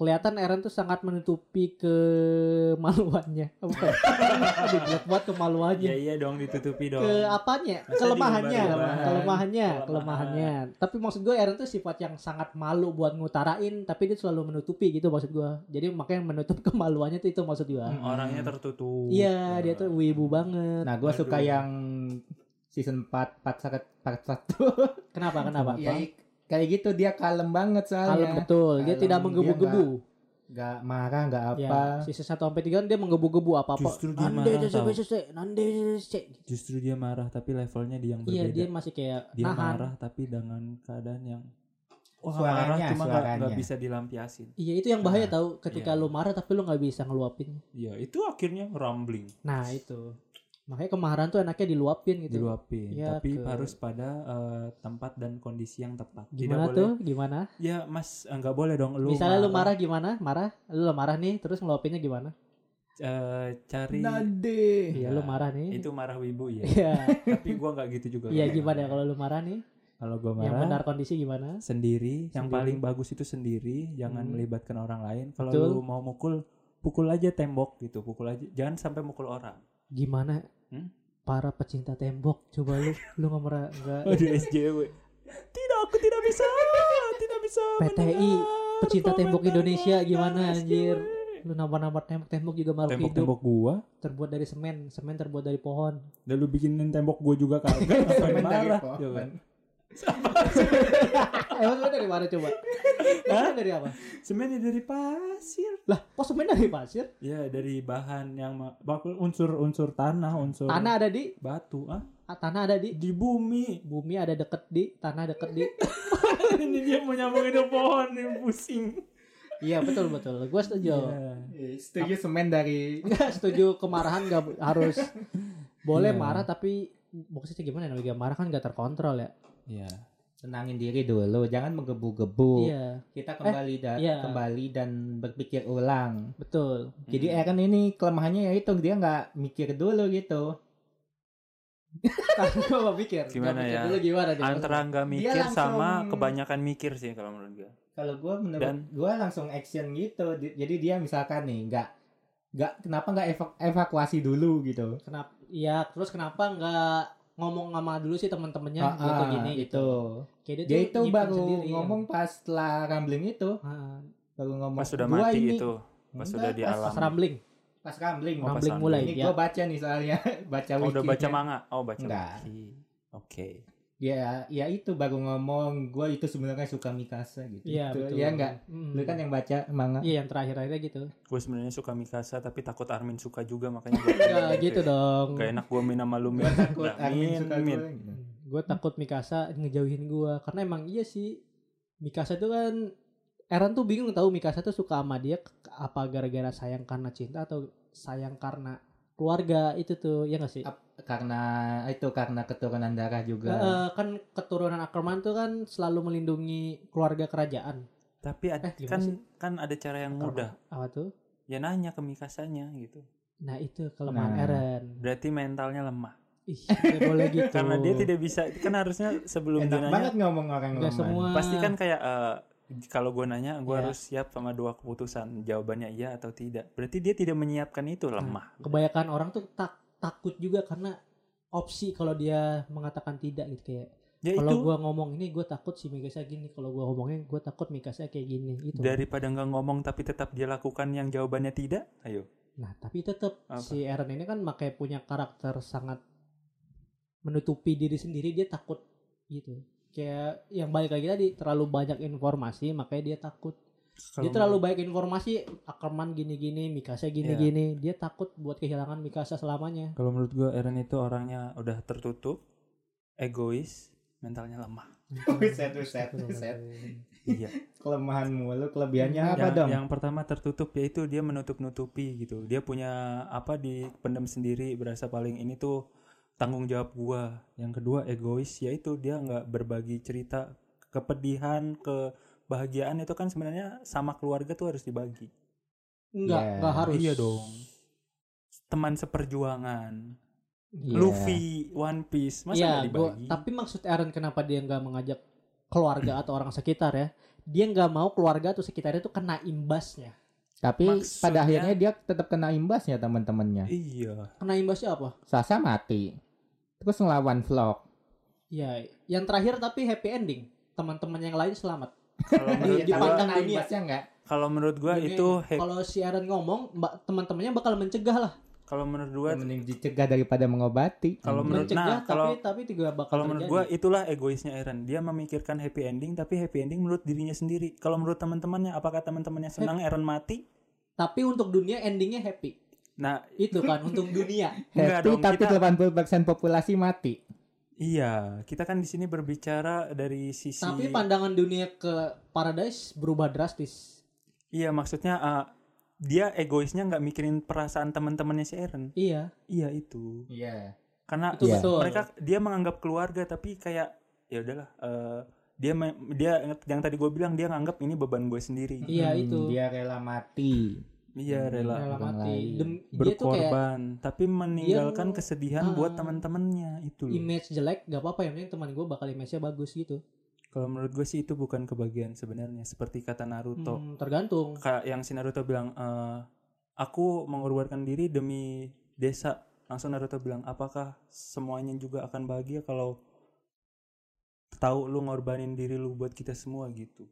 kelihatan Eren tuh sangat menutupi kemaluannya. Apa bukan? Aduh, jelek banget kemaluannya.
Iya iya dong ditutupi dong.
Ke apanya?
Masa
Kelemahannya,
diumbar-umbar?
kelemahannya,
Kelemahan.
kelemahannya. Tapi maksud gue Eren tuh sifat yang sangat malu buat ngutarain, tapi dia selalu menutupi gitu maksud gue. Jadi makanya menutup kemaluannya tuh itu maksud gue.
Hmm, Orangnya tertutup.
Iya, dia tuh wibu banget.
Nah, gua suka
Aduh.
yang season 4 part sakat part 1.
Iya,
Kenapa? Kenapa?
Ya, i- kayak gitu dia kalem banget
Kalem
soalnya.
betul, dia
Kalem,
tidak
dia
menggebu-gebu.
Gak marah, gak
Ya,
apa.
sisa 1 sampai 3 kan dia menggebu-gebu apa-apa.
Justru dia
Nande
marah tau.
cece, cece, nande cece, cece.
Justru dia marah tapi levelnya dia yang
Iya,
berbeda.
dia masih kayak
dia
nahan.
marah tapi dengan keadaan yang Wah,
Suaranya,
marah cuma nggak- nggak
suaranya.
bisa dilampiasin.
Iya, itu yang bahaya
Nah,
tahu ketika
iya.
lu marah tapi lu nggak bisa ngeluapin.
Ya itu akhirnya rambling
Nah, itu. Makanya kemarahan tuh enaknya diluapin gitu.
diluapin,
Ya,
tapi
ke-
harus pada eh, tempat dan kondisi yang tepat.
Gimana
Tidak
tuh?
boleh.
Gimana?
Ya Mas eh, nggak boleh dong lu.
Misalnya lu marah gimana? Marah, lu marah nih terus ngeluapinnya gimana?
eh, cari
Nade.
Iya,
Ya,
lu marah nih.
itu marah wibu ya.
Iya.
tapi gua nggak gitu juga.
Iya,
kalau
gimana
marah.
kalau lu marah nih?
Kalau gua
Yang
marah
benar kondisi gimana?
sendiri, yang
Sendiri.
paling bagus itu sendiri, jangan
Hmm.
melibatkan orang lain. Kalau
Betul.
lu mau mukul, pukul aja tembok gitu, pukul aja. Jangan sampai mukul orang.
Gimana?
Hmm?
Para pecinta tembok, coba lu lu nggak merah nggak
Aduh SJW. Tidak, aku tidak bisa. Tidak bisa.
PTI,
mendengar
pecinta tembok
komentar
Indonesia,
komentar
gimana,
SJW?
anjir? lu nambah-nambah tembok-tembok juga makhluk hidup
Tembok-tembok gua.
terbuat dari semen semen terbuat dari pohon
Dan lu bikinin tembok gua juga kagak. Ngapain
Semen dari
marah?
pohon.
Coba.
emang semen Eh, dari mana coba semen dari apa
Semennya dari pasir.
lah kok semen dari pasir
Ya dari bahan yang ma- bakul- unsur-unsur tanah, unsur
tanah ada di
batu, ah
ah, tanah ada di
di bumi.
bumi ada deket di tanah deket di
Ini dia mau nyambungin ke pohon, ini pusing.
iya betul betul gue setuju
Iya.
Eh, Setuju semen dari
Nggak setuju kemarahan gak harus boleh
Iya.
marah tapi maksudnya gimana ya namanya marah kan gak terkontrol ya
Iya.
tenangin diri dulu, jangan menggebu-gebu.
iya
Kita kembali dan
iya.
kembali dan berpikir ulang.
betul
Jadi Eren ini kelemahannya ya itu dia nggak mikir dulu gitu.
gue mau pikir
Gimana
Gua mikir
ya?
dulu gimana deh
antara nggak mikir
langsung-
sama kebanyakan mikir sih kalau menurut gue.
Kalau gue menurut
Dan-
gue langsung action gitu. Di- Jadi dia misalkan nih nggak nggak kenapa nggak eva- evakuasi dulu gitu.
kenapa ya terus kenapa nggak ngomong sama dulu sih teman-temannya
Ah,
gitu
ah,
gini gitu Kayak
Dia iya.
tuh
itu
nyimpen
baru
sendiri. ya.
ngomong pas setelah rambling itu,
Ah,
baru ngomong.
Pas sudah
"Gua
mati
ini-
itu, pas
Enggak,
sudah di
pas-
pas
alam.
rambling
Pas rambling.
Oh, pas
rambling
rambling.
mulai
ini
ya
gue baca nih soalnya baca
Oh, udah
wiki.
baca manga. Oh, baca
kan? Enggak.
wiki. Oke.
Ya, ya itu baru ngomong gue itu sebenarnya suka Mikasa gitu.
iya
Itu-
betul
Ya enggak.
Mm.
Lu kan yang baca manga.
iya yang terakhir akhirnya gitu
Gue sebenarnya suka Mikasa tapi takut Armin suka juga makanya gue
Nggak gitu dong
Gak enak gue min sama lu min.
Gue takut
Nah,
Armin
min,
suka
min.
gua, gitu.
gue takut Mikasa ngejauhin gue karena emang iya sih Mikasa itu kan Eren tuh bingung tahu Mikasa tuh suka sama dia ke- apa gara-gara sayang karena cinta atau sayang karena keluarga itu tuh ya nggak sih
Karena itu karena keturunan darah juga.
Eh, kan keturunan Ackerman tuh kan selalu melindungi keluarga kerajaan
Tapi ad-
Eh, gimana
kan
sih?
kan ada cara yang mudah.
apa tuh
Ya nanya ke Mikasanya gitu.
Nah itu kelemahan
Nah.
Eren.
Berarti mentalnya lemah.
Ih, nggak boleh gitu.
Karena dia tidak bisa kan harusnya sebelum dia
Enak
nanya
banget ngomong orang
Nggak
lemah.
semua.
pasti kan kayak eh, kalau gue nanya gue
Iya.
harus siap sama dua keputusan jawabannya iya atau tidak berarti dia tidak menyiapkan itu lemah
Kebanyakan orang tuh tak takut juga karena opsi kalau dia mengatakan tidak gitu kayak
ya itu
kalau gua ngomong ini gue takut si Mikasa gini kalau gua ngomongnya gue takut Mikasa kayak gini gitu
daripada nggak ngomong tapi tetap dia lakukan yang jawabannya tidak ayo
nah tapi tetap
Apa?
si Eren ini kan makanya punya karakter sangat menutupi diri sendiri dia takut gitu kayak yang balik lagi tadi terlalu banyak informasi makanya dia takut dia
Kalau
terlalu baik informasi Ackerman gini-gini
Iya.
Mikasa gini-gini dia takut buat kehilangan Mikasa selamanya
Kalau menurut gue Eren itu orangnya udah tertutup, egois, mentalnya lemah.
Set, set,
Gitu.
set.
Iya.
Kelemahan mulu, kelebihannya apa
yang,
dong?
yang pertama tertutup yaitu dia menutup-nutupi gitu. Dia punya apa di pendam sendiri berasa paling ini tuh tanggung jawab gua. Yang kedua egois yaitu dia nggak berbagi cerita kepedihan, kebahagiaan itu kan sebenarnya sama keluarga tuh harus dibagi.
Enggak,
Iya.
enggak harus.
Iya dong. Teman seperjuangan,
Iya.
Luffy, One Piece, masa
Iya,
nggak
gua,
dibagi?
tapi maksud Eren kenapa dia nggak mengajak keluarga atau orang sekitar ya? dia nggak mau keluarga atau sekitarnya tuh kena imbasnya.
Tapi
Maksudnya-
pada akhirnya dia tetap kena imbasnya teman-temannya.
Iya.
Kena imbasnya apa?
Sasa mati. Terus ngelawan vlog.
Ya, yang terakhir tapi happy ending. Teman-teman yang lain selamat.
Iya, Kalau menurut
Di
gua,
pandang
kena
dunia.
imbasnya enggak?
kalau menurut gua
Dunia
itu
ini.
hap-
Iya, kalau si Aaron ngomong, mbak teman-temannya bakal mencegah lah.
kalau menurut gua
Mending dicegah daripada mengobati.
Kalau menurut-
mencegah
nah, kalau-
tapi tapi juga bakal
kalau menurut gua
terjadi.
itulah egoisnya Aaron. Dia memikirkan happy ending tapi happy ending menurut dirinya sendiri. Kalau menurut teman-temannya apakah teman-temannya senang Aaron mati?
tapi untuk dunia endingnya happy.
Nah,
Itu kan untuk dunia.
enggak
happy
dong
tapi
kita
80% populasi mati.
Iya, kita kan di sini berbicara dari sisi
Tapi pandangan dunia ke paradise berubah drastis.
Iya, maksudnya eh, dia egoisnya nggak mikirin perasaan teman-temannya si Aaron.
Iya,
Iya, itu.
Iya.
Karena
itu
Iya.
betul.
Nah, mereka dia menganggap keluarga tapi kayak ya udahlah eh, dia me- dia yang tadi gue bilang dia nganggap ini beban gue sendiri
Iya, itu.
Hmm, Dia rela mati.
iya rela
Rela
orang
mati.
lain.
Dem- dia tuh kayak
berkorban tapi meninggalkan
Dia-
kesedihan
Ah.
buat teman-temannya itu loh.
image jelek gak apa-apa yang penting teman gue bakal image-nya bagus gitu.
kalau menurut gue sih itu bukan kebahagiaan sebenarnya seperti kata Naruto
Hmm, tergantung.
kayak yang si Naruto bilang eh, aku mengorbankan diri demi desa langsung Naruto bilang apakah semuanya juga akan bahagia kalau tahu lu ngorbanin diri lu buat kita semua gitu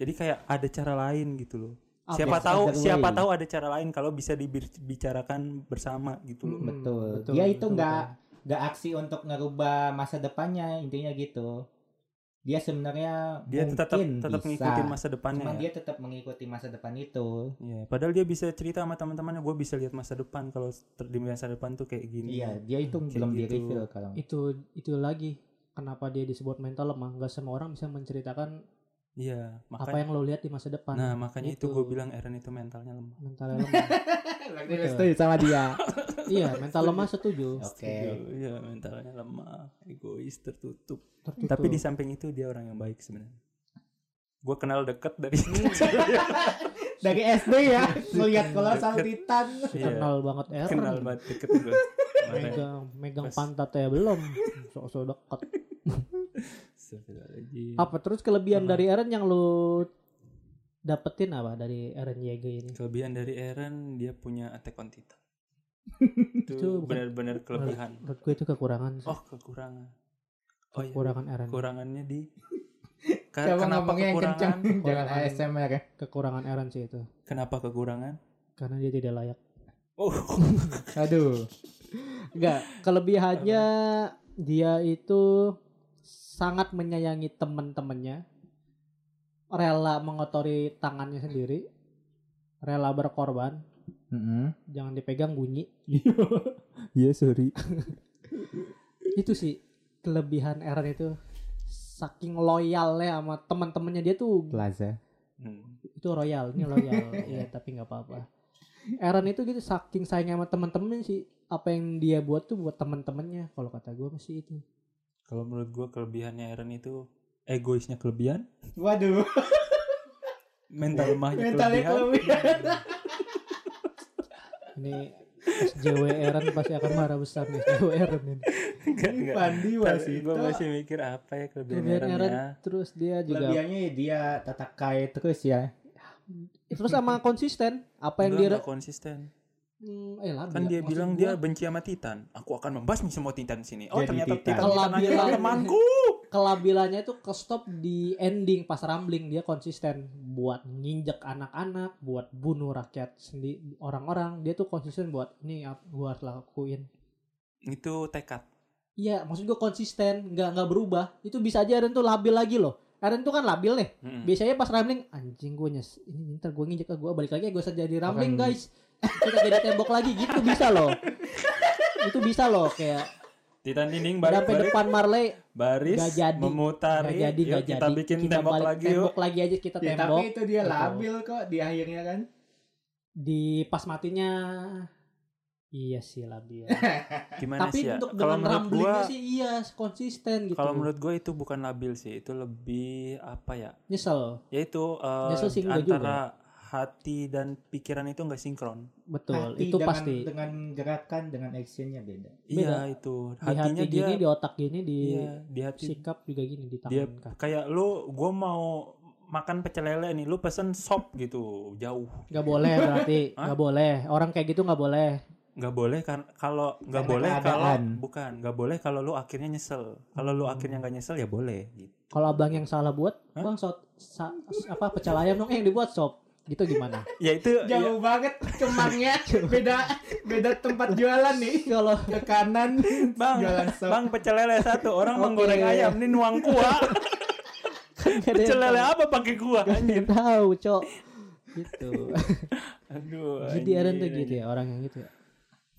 jadi kayak ada cara lain gitu loh
Apa?
siapa tahu
other way.
siapa tahu ada cara lain kalau bisa dibicarakan bersama gitu loh
Hmm,
Betul.
betul,
Dia itu
betul,
enggak enggak aksi untuk ngerubah masa depannya, intinya gitu. Dia sebenarnya
dia
mungkin
tetap tetap
bisa.
ngikutin masa depannya
Cuman
ya.
dia tetap mengikuti masa depan itu.
Iya, padahal dia bisa cerita sama teman-temannya gue bisa lihat masa depan kalau ter- di masa depan tuh kayak gini
Iya, dia itu
Kayak
belum
gitu.
di reveal kalau.
Itu itu lagi kenapa dia disebut mental lemah. Gak semua orang bisa menceritakan
Iya,
apa
makanya
yang lo lihat di masa depan.
nah makanya itu,
Gitu.
gue bilang Eren itu mentalnya lemah
Mental lemah. gitu.
Dia setuju sama dia.
iya, mental lemah setuju.
Oke.
Setuju. Iya, mentalnya lemah, egois, tertutup.
Tertutup.
Tapi di samping itu dia orang yang baik sebenarnya. Gue kenal deket dari Iya,
Dari SD ya, melihat kolosal titan.
Iya,
kenal banget Iya. Aaron.
kenal banget deket gue.
megang megang
Pas-
pantatnya belum. Sok-sok dekat.
Iya.
Apa terus kelebihan
Heeh.
dari Aaron yang lu dapetin apa dari Aaron Yeager ini?
Kelebihan dari Eren dia punya attack on Titan.
Itu
itu
bukan-
benar-benar kelebihan.
Menurut gue itu kekurangan. sih.
Oh kekurangan. Oh iya.
gitu. kekurangan Aaron.
Kekurangannya di. Ka-
Coba
Eh, kenapa
ngomongnya yang kencang,
kekurangan?
jangan
Kekurangan.
ASMR ya.
Kekurangan Aaron sih itu.
Kenapa kekurangan?
Karena dia tidak layak.
Oh
Aduh.
Enggak, kelebihannya dia itu sangat menyayangi teman-temannya. Rela mengotori tangannya sendiri. Rela berkorban, jangan dipegang bunyi.
Iya sorry.
itu sih kelebihan Aaron itu saking loyalnya sama teman-temannya dia tuh
Plaza.
Hmm.
itu royal ini loyal ya tapi nggak apa-apa Aaron itu gitu saking sayangnya sama teman-temen sih apa yang dia buat tuh buat teman-temannya kalau kata gue masih itu
Kalau menurut gue kelebihannya Eren itu egoisnya kelebihan.
Waduh.
mental lemahnya
Mentalnya
kelebihan
kelebihan.
ini SJW Aaron pasti akan marah besar nih SJW Aaron ini
enggak enggak
Pandi
tapi
wasito.
gue masih mikir apa ya kelebihan
Kelebihan
Eren
Eren.
ya
terus dia juga
Kelebihannya dia tata kaya terus ya.
terus sama konsisten apa yang
Enggak,
dia
enggak konsisten
Hmm, eh lah
kan dia bilang dia benci sama Titan aku akan membasmi semua Titan di sini oh
Jadi
ternyata
Titan.
Titan
Kalau
Titan adalah
bilang-
temanku
kelabilannya itu ke stop di ending pas rambling dia konsisten buat nginjek anak-anak buat bunuh rakyat sendiri orang-orang dia tuh konsisten buat ini ap- gua harus lakuin
itu tekad
iya maksud gua konsisten nggak nggak berubah itu bisa aja Eren tuh labil lagi loh Eren tuh kan labil nih
Mm-mm.
biasanya pas rambling anjing gue nyes ini ntar gue nginjek gue balik lagi gue jadi rambling
Orang-
guys kita jadi tembok lagi gitu bisa loh itu bisa loh kayak
Titan dinding
udah
baris
sampai
baris,
depan Marley
baris
Nggak jadi.
memutari
nggak jadi
Yuk,
nggak
kita
jadi
bikin tembok
balik
lagi yuk
tembok lagi aja kita
Ya,
tembok
tapi itu dia
Betul.
labil kok di akhirnya kan.
di pas matinya iya sih labil
gimana
tapi
sih ya
untuk
kalau
dengan
menurut gue
ramblingnya sih iya konsisten gitu
kalau menurut gue itu bukan labil sih itu lebih apa ya
nyesel
yaitu eh,
Nyesel sih enggak
antara hati dan pikiran itu nggak sinkron
betul
Hati
itu
dengan-
pasti
Dengan gerakan, dengan actionnya beda.
Beda.
iya itu
di hati
hatinya dia
gini di otak gini di
iya di hati
sikap juga gini di tangan kan.
dia
kaki.
kayak lu gue mau makan pecel lele nih, lu pesen sop gitu, jauh.
Nggak boleh berarti,
Hah?
nggak boleh. Orang kayak gitu nggak boleh.
nggak boleh kan kalau nggak
Karena
boleh kalau
keadaan.
bukan nggak boleh kalau lu akhirnya nyesel kalau lu akhirnya nggak nyesel ya boleh gitu
Kalau abang yang salah buat,
Hah?
bang sot, sa- apa pecel ayam dong eh, yang dibuat sop. Gitu gimana?
ya itu ya,
Jauh banget kemangnya beda beda tempat jualan nih
Kalau
ke kanan
bang
jualan sop.
bang pecel lele satu orang
Oke.
menggoreng ayam ini nuang kuah
Kan nggak ada
pecel
yang
lele apa pakai kuah
nggak ada yang tahu, cok. Gitu.
aduh
Jadi
anjir,
Aaron tuh
anjir.
gitu ya orang yang gitu ya.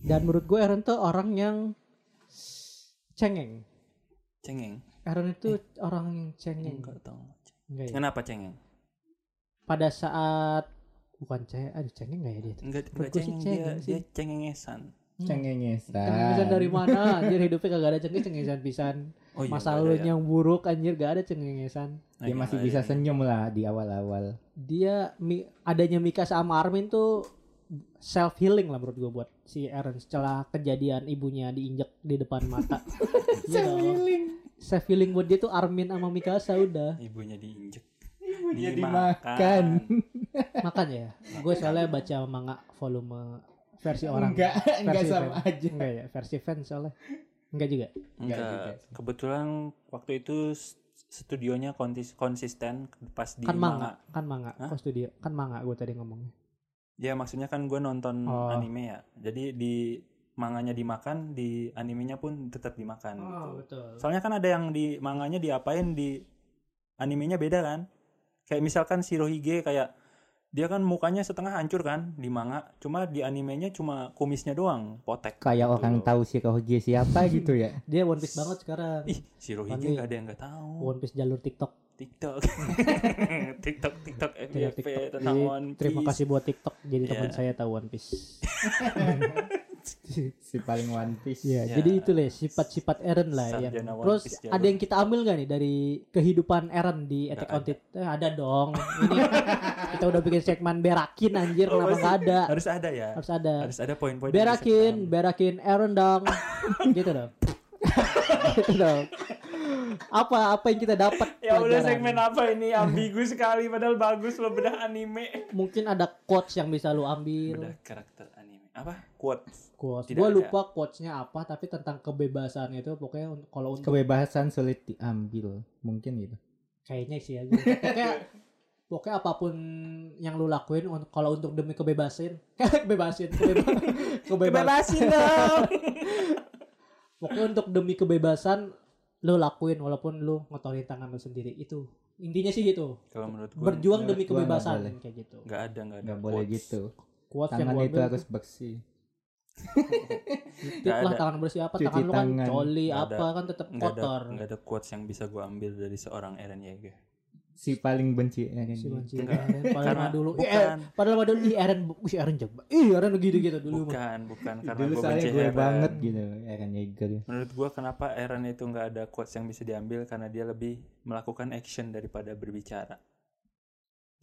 Dan menurut gue Aaron tuh orang yang cengeng.
cengeng
Aaron itu orang yang cengeng.
enggak tahu
Eh. Enggak ya?
kenapa cengeng
Pada saat bukan cengeng, aduh cengeng nggak ya dia? tuh?
enggak
Menurut
enggak
gue sih
cengeng dia
cengeng
dia
sih.
cengengesan
Hmm.
Hmm. ya,
Cengengesan
cengengesan
dari mana? Anjir hidupnya kagak ada cengeng cengengesan pisan.
oh
Masa
nggak
lu
ada ya.
yang buruk anjir gak ada cengengesan.
Nah,
dia
nggak
masih
ada
bisa
ya.
senyum lah di awal-awal
Dia Mi- adanya Mika sama Armin tuh self healing lah menurut gue buat si Aaron setelah kejadian ibunya diinjek di depan mata. self healing. Self healing buat dia tuh Armin sama Mikasa udah.
ibunya diinjek Iya
dia dimakan
Makan ya. Gue soalnya baca manga volume versi orang.
enggak enggak
Versi
sama
fans.
aja
Enggak ya, versi fans soalnya. Enggak juga.
Enggak,
juga sih.
kebetulan waktu itu s- studionya kontis- konsisten pas di
Kan manga,
manga.
kan manga.
Hah?
Kok studio? Kan manga gue tadi ngomongnya.
Ya maksudnya kan gue nonton
Oh.
anime ya. Jadi di manganya dimakan, di animenya pun tetap dimakan. gitu.
Oh, betul.
Soalnya kan ada yang di manganya diapain di animenya beda kan? Kayak misalkan Shirohige kayak dia kan mukanya setengah hancur kan di manga, cuma di animenya cuma kumisnya doang potek.
kayak
gitu
orang
loh.
tahu si Kohoji siapa gitu ya
Dia One Piece banget sekarang.
Ih, Shirohige
Pandai.
gak ada yang gak tahu.
One Piece jalur TikTok.
TikTok. TikTok, TikTok,
Jalur
FYP
TikTok.
tentang
Jadi,
One Piece.
Terima kasih buat TikTok jadi teman
Iya.
saya tahu One Piece.
si paling one piece
Iya,
Ya.
jadi itu lah sifat-sifat Eren lah yang.
Sarjana One
Terus
Piece jalur.
ada yang kita ambil nggak nih dari kehidupan Eren di Attack
Nggak
on Titan? Eh, ada dong. Ini kita udah bikin segmen berakin anjir
Oh,
kenapa
masih-
nggak ada?
Harus ada ya.
Harus ada.
Harus ada poin-poin. kan. yang bisa
Berakin,
kita
berakin Eren dong. gitu dong. gitu dong. Apa apa yang kita dapat?
ambil. Ya udah
pelajaran?
segmen apa ini ambigu sekali padahal bagus lo bedah anime.
mungkin ada quotes yang bisa lu ambil.
Bedah karakter anime. Apa? Quotes.
quotes.
Tidak
Gue
ada.
lupa quotesnya apa tapi tentang kebebasan itu pokoknya un- kalau untuk
kebebasan sulit diambil mungkin gitu
kayaknya sih ya. gua. Pokoknya pokoknya apapun yang lu lakuin un- kalau untuk demi kebebasan, kebebasan, kebeba- kebebasan.
Kebebasin dong.
Pokoknya untuk demi kebebasan lu lakuin walaupun lu ngotorin tangan lu sendiri itu. Intinya sih gitu.
Kalau menurut gue
Berjuang
menurut
demi
gua nggak
kebebasan
boleh.
kayak gitu.
nggak ada nggak ada.
nggak boleh
quotes.
gitu
Quotes yang
tangan
gua
itu
ambil,
harus bersih
tip
nggak
lah
ada.
tangan bersih apa
Cuci
tangan lu kan
tangan.
coli
Nggak ada.
apa kan tetap
Nggak ada
kotor.
nggak ada quotes yang bisa gue ambil dari seorang Eren Yeager.
si paling benci ya kan? Eren
Si Banci
Enggak.
kemarin, padahal
Karena
mah dulu eh, "Ih,
bukan
Padahal mah dulu ih Aaron ih Aaron coba. Ih Aaron gitu gitu dulu mah.
bukan bukan karena
dulu
gue
soalnya
benci ya kan.
gue
Eren.
banget gitu Eren Yeager
Menurut gua kenapa Eren itu nggak ada quotes yang bisa diambil karena dia lebih melakukan action daripada berbicara.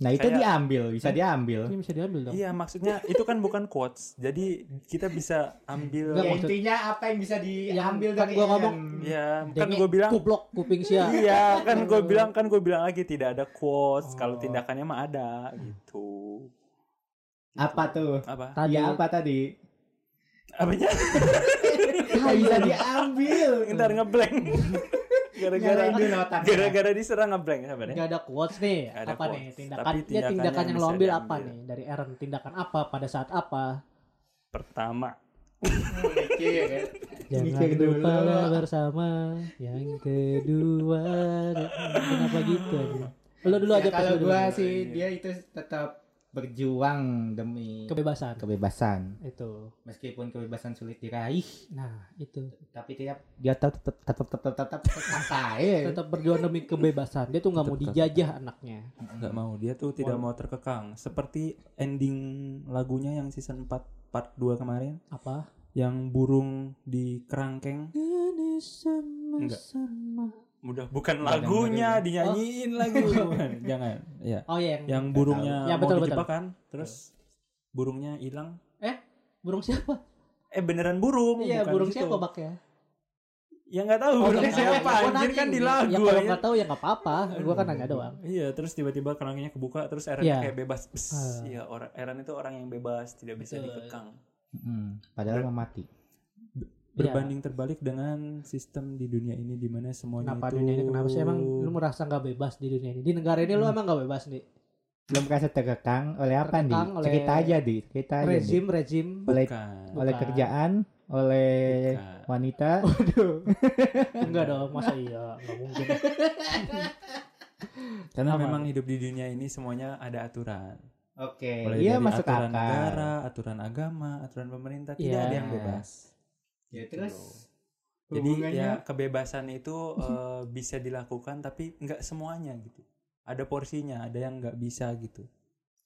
nah itu
Kayak-
diambil bisa diambil
Ini bisa diambil dong.
Iya maksudnya itu kan bukan quotes, jadi kita bisa
ya,
Nggak,
ambil.
maksud-
intinya apa yang bisa diambil dari
Yang kan gua
Eren?
ngomong,
Ya kan
Denge,
gue bilang.
kuplok kuping sia.
Iya kan gue bilang kan gue bilang lagi tidak ada quotes.
Oh.
Kalau tindakannya mah ada gitu.
apa
Iya,
tuh
Apa?
Tadi
ya apa tadi
Apanya?
Nggak bisa diambil
Ntar ngeblank. Gara-gara
Nyalain dulu otaknya.
gara-gara diserang ngeblank sabar ya.
Nggak ada quotes nih.
Nggak ada
apa nih
quotes.
tindakan?
Tapi
Ya
tindakan
tindakan
yang
yang lo
bisa
ambil apa
diambil.
nih dari Aaron? Tindakan apa pada saat apa?
Pertama
Mikir.
Jangan
Mikir gitu dulu.
lupa ya kan? lah bersama. Yang kedua. Kenapa gitu? anjing? Lo dulu
Ya,
aja pas
kalau
dulu.
gua
dulu.
sih
Iya.
dia itu tetap
berjuang demi
kebebasan.
kebebasan
Itu.
meskipun kebebasan sulit diraih
Nah, itu.
tapi tiap dia tetap tetap tetap tetap tetap
Eh.
sampai
Tetap berjuang demi kebebasan. Dia tuh nggak mau
Tetap-
dijajah anaknya.
nggak mau dia tuh tidak mau terkekang seperti ending lagunya yang season 4 part 2 kemarin
Apa?
yang burung di kerangkeng
Ini sama-sama.
udah bukan
Bukan
lagunya
yang
dinyanyiin lagi Bukan, Oh. jangan ya
Oh iya, yang
yang burungnya
Ya, betul,
mau
betul.
dijebakan terus burungnya hilang
burung siapa?
eh beneran burung
Iya,
bukan
burung
situ.
siapa bak ya?
Ya nggak tahu.
Oh,
Orang
nggak tahu.
siapa
Gua
anjir
nanya
kan di
ini. Ya
lagu.
kalau
anjir.
nggak tahu ya nggak apa-apa. Gue kan nanya doang.
Iya, terus tiba-tiba kerangkanya kebuka, terus Eren
Iya.
kayak bebas. Pss,
Ah.
Iya, orang Eren itu orang yang bebas, tidak
Betul.
bisa
Iya.
dikekang.
Mm, padahal mau mati.
Berbanding terbalik dengan sistem di dunia Oh, ini di mana semuanya
Kenapa
itu
dunia ini kenapa sih emang lu merasa nggak bebas di dunia ini? Di negara ini lu
Hmm.
emang nggak bebas nih.
Belum merasa terkekang oleh apa
Terkekang
nih?
oleh
Cerita aja di, cerita
Iya,
aja Di.
Rezim, rezim.
Oleh
Bukan.
oleh
Bukan.
kerjaan, oleh
Bukan.
wanita.
Waduh. Enggak dong, masa iya? Nggak mungkin.
Karena
Apa?
memang hidup di dunia ini semuanya ada aturan.
Oke,
Mulai
iya
dari
masuk
aturan
akal.
negara, aturan agama, aturan pemerintah, tidak
Iya.
ada yang bebas.
Ya
Gitu
terus
loh. Jadi ya
hubungannya-
kebebasan itu eh, bisa dilakukan tapi nggak semuanya gitu. Ada porsinya, ada yang nggak bisa gitu.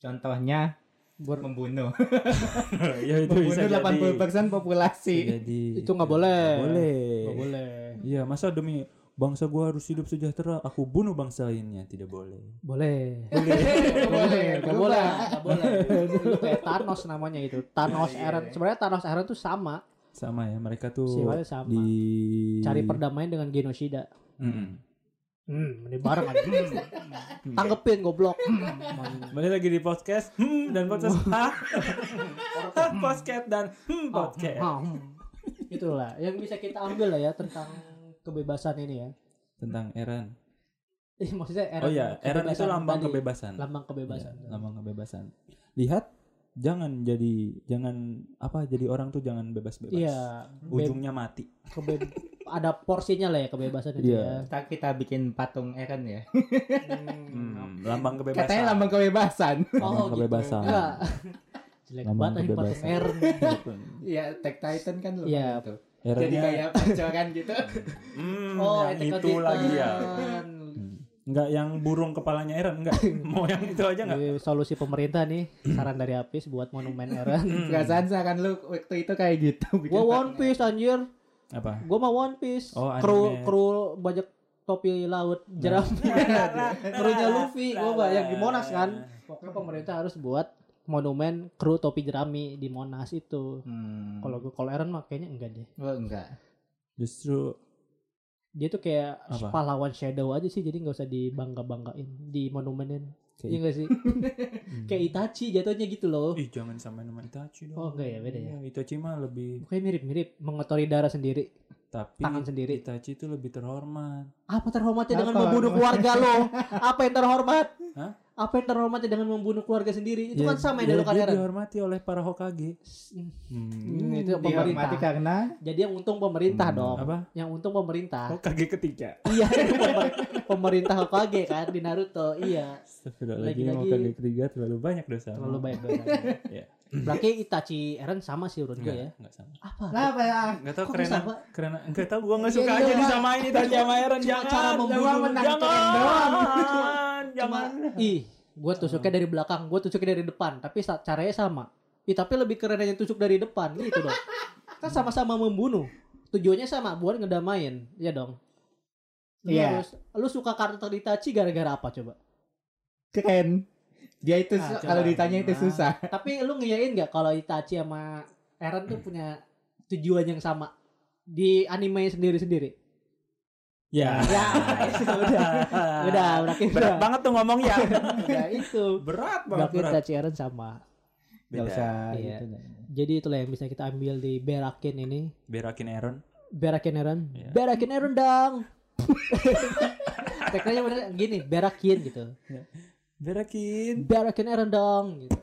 contohnya
Ber-
membunuh.
ya itu
membunuh
bisa
80% populasi.
jadi.
Itu nggak boleh.
Nggak boleh.
Nggak boleh.
Iya, masa demi bangsa gua harus hidup sejahtera, aku bunuh bangsa lainnya, tidak boleh.
Boleh.
Boleh.
Nggak boleh. Nggak boleh.
Berubah.
Nggak boleh. Lu kayak Thanos namanya itu. Thanos
Iya, iya,
Eren.
iya.
Sebenarnya Thanos Eren tuh sama.
Sama ya, mereka tuh
Sifatnya sama.
di
Cari perdamaian dengan genosida.
Mm-mm.
Hmm, ini bareng aja. Tanggepin goblok.
Kembali lagi di podcast hmm, dan podcast ha podcast dan hmm, podcast
Oh, hmm. Itulah yang bisa kita ambil lah ya tentang kebebasan ini ya.
tentang Eran.
Ih, maksudnya era
oh ya, Eran itu lambang
kebebasan.
kebebasan.
tadi. Lambang kebebasan.
Iya, lambang kebebasan. Lihat, jangan jadi jangan apa jadi orang tuh jangan bebas-bebas.
Iya, be-
Ujungnya mati.
kebe- ada porsinya lah ya kebebasan itu
Iya.
ya.
Ntar kita bikin patung Eren ya.
Hmm, lambang kebebasan.
Katanya lambang kebebasan.
Lambang
Oh, gitu.
kebebasan.
Enggak. Jelek
Lambang
banget tadi patung
kebebasan.
Eren.
Iya, Tech Titan kan
lambang Iya.
itu.
Erannya-
pancoran gitu.
Hmm,
Oh,
yang
Attack on
itu lagi ya.
Titan.
Enggak yang burung kepalanya Eran enggak. Mau yang itu aja enggak?
Ini solusi pemerintah nih, saran dari Apis buat monumen
Iya.
Eren.
Hmm.
Perasaan seakan kan, lu waktu itu kayak gitu bikin
Gua One Piece anjir.
Apa?
Gua mah One Piece.
Oh, anime. Nah.
kru kru bajak topi laut jerami. Krunya Luffy, gua mah yang di Monas kan. Pokoknya pemerintah harus buat monumen kru topi jerami di Monas itu.
Hmm.
Kalau gua kalau Eren mah kayaknya enggak deh.
Oh, enggak.
Justru
Dia tuh kayak
Apa?
pahlawan shadow aja sih, jadi nggak usah dibangga-banggain, dimonumenin.
Kayak- gitu. Hmm. Iya.
Iya nggak sih? kayak Itachi jatuhnya gitu loh.
Ih jangan samain sama Itachi dong.
Oh, enggak ya, beda ya?
Iya, Itachi mah lebih
Mukanya mirip-mirip, mengotori darah sendiri,
tapi
tangan sendiri.
Itachi itu lebih terhormat.
Apa terhormatnya dengan
Apa?
membunuh keluarga lo? Apa yang terhormat?
Hah?
Apa yang terhormatnya dengan membunuh keluarga sendiri? Itu
Ya,
kan sama
ya,
yang dilakukan
dia
Eren.
dihormati oleh para Hokage.
Hmm, itu
Dihormati
pemerintah.
karena
Jadi yang untung pemerintah
Hmm,
dong.
Apa? Oh.
Yang untung pemerintah.
Hokage ketiga.
Iya, itu pemer- pemerintah Hokage kan di Naruto. Iya,
Lagi-lagi
Lagi-lagi-
Hokage ketiga terlalu banyak dosa.
terlalu banyak dosanya.
Iya.
Berarti Itachi Eren sama sih menurut gue
Enggak,
ya.
enggak sama.
Apa?
lah apa ya?
Enggak tahu
Kok
keren.
bisa, Pak?
Keren. Enggak tahu gua enggak suka
Iya,
aja
iya.
disamain Itachi sama Eren.
Cuma
Jangan.
cara membunuh.
jangan. Jangan.
Cuma
Jangan.
ih, gue tusuknya dari belakang, gue tusuknya dari depan, tapi sa- caranya sama. Ih, tapi lebih keren yang tusuk dari depan gitu dong. Kan sama-sama membunuh. Tujuannya sama, buat ngedamain, ya dong. Lu
Iya.
harus- lu suka karakter Itachi gara-gara apa coba?
Keren. Dia itu
Ah,
su-
coba.
kalau ditanya itu
Nah.
susah.
tapi lu ngiyain nggak kalau Itachi sama Eren tuh punya tujuan yang sama di anime sendiri-sendiri?
Ya.
Ya, udah, udah, berarti
Ah, Berat
udah.
banget tuh ngomong ya.
Udah itu.
Berat banget.
Berarti
Berat.
Itachi Eren sama.
Enggak
Beda.
usah
Iya.
gitu.
Jadi itulah yang bisa kita ambil di Berakin ini.
Berakin Aaron.
Berakin Eren.
Iya.
Berakin Eren dong. Tekniknya bener gini, berakin gitu.
Berakin.
Berakin Eren dong. Gitu.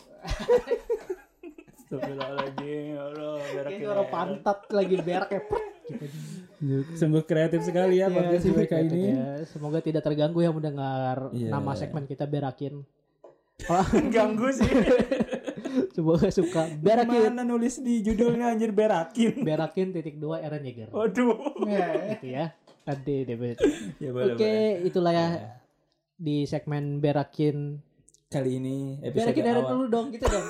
Astagfirullahaladzim. Ya Allah. Berakin
Kayaknya orang
Aaron.
pantat lagi berak ya. prut, gitu.
Sungguh kreatif sekali ya podcast
Ya,
mereka
gitu
ini.
ya. Semoga tidak terganggu yang mendengar
Iya.
nama segmen kita berakin. ya.
Ganggu sih.
Semoga suka berakin.
Mana nulis di judulnya anjir berakin.
Berakin titik dua Eren Yeager.
Oh. Waduh.
Gitu ya. Nanti deh. Oke,
Ya boleh boleh.
itulah ya
Iya.
di segmen berakin.
Kali ini episode
Berakin Eren
awal.
dulu dong, gitu dong.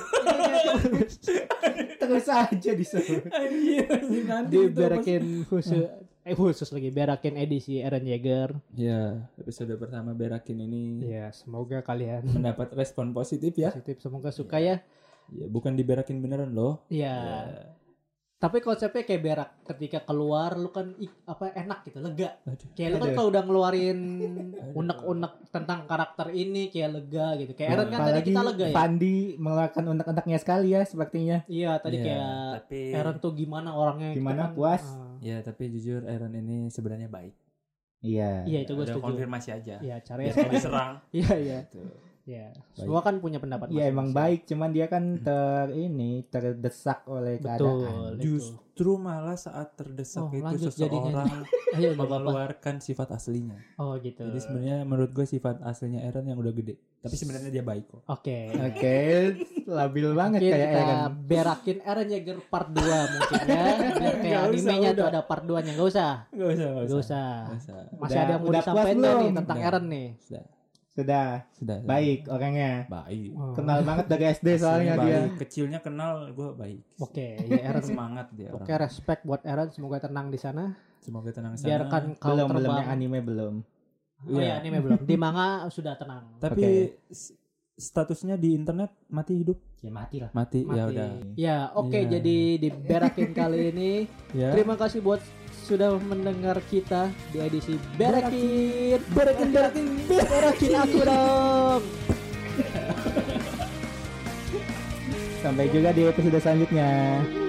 Terus aja disuruh.
Anjir, anjir, nanti
di
itu pas-
berakin khusus eh khusus lagi berakin edisi Eren Yeager
Ya, episode pertama berakin
ya
ini
Iya,
semoga kalian
mendapat respon positif
Iya.
ya.
positif semoga suka ya
Ya, bukan diberakin beneran loh.
ya
Ya.
Tapi konsepnya kayak berak ketika keluar lu kan ik- apa enak gitu, lega.
Aduh.
Kayak lu kan
Aduh.
kalau udah ngeluarin unek-unek tentang karakter ini kayak lega gitu. Kayak Eren kan tadi
Apalagi
kita lega ya.
Pandi mengeluarkan unek-uneknya sekali ya sepertinya.
Iya, tadi
Iya,
kayak
tapi
Eren tuh gimana orangnya gitu
Gimana,
kan.
puas?
Ah,
ya tapi jujur Aaron ini sebenarnya baik.
Iya.
iya, itu gue
Ada
setuju.
konfirmasi aja.
Iya, caranya
Biar nggak diserang.
Iya, iya.
Gitu.
Iya. Semua kan punya pendapat
Iya
masing-masing.
emang baik, cuman dia kan ter ini terdesak oleh
Betul.
keadaan.
itu.
Justru malah saat
Oh,
terdesak itu
lanjut
seseorang
Ayo nggak apa-apa.
mengeluarkan sifat aslinya.
Iya, Oh, gitu.
Jadi sebenarnya menurut gue sifat aslinya Aaron yang udah gede. Tapi sebenarnya dia baik kok.
Oke.
Oke, labil banget kan.
Mungkin
kayak
kita
Eren.
berakin Eren Yeager part 2 mungkin ya. Biar kayak
Nggak usah,
animenya tuh
udah.
ada part 2-nya. Nggak usah.
Gak usah, gak
Nggak usah.
Nggak usah.
Masih
Udah-
ada yang mau
udah puas
disampaikan Iya. nggak nih
belum?
tentang
Udah.
Eren nih?
Sudah,
Sudah
sudah. sudah.
baik orangnya.
Baik.
Oh.
Kenal banget dari SD soalnya
Aslinya
dia.
baik. Kecilnya kenal gue baik.
Oke, ya Eren.
Semangat dia orang.
Oke, respect buat Eren. Semoga tenang di sana.
Semoga tenang sana.
Biarkan kau
Belum, belum yang
terbang.
anime belum.
Oh
Iya.
iya, anime belum. Di manga sudah tenang.
Tapi s- statusnya di internet mati hidup.
Ya mati lah.
Mati, ya udah.
Ya, oke.
Iya.
Jadi di berakin kali ini.
Ya.
Terima kasih buat sudah mendengar kita di edisi berakin. Berakin, berakin, berakin aku dong.
Sampai juga di episode selanjutnya.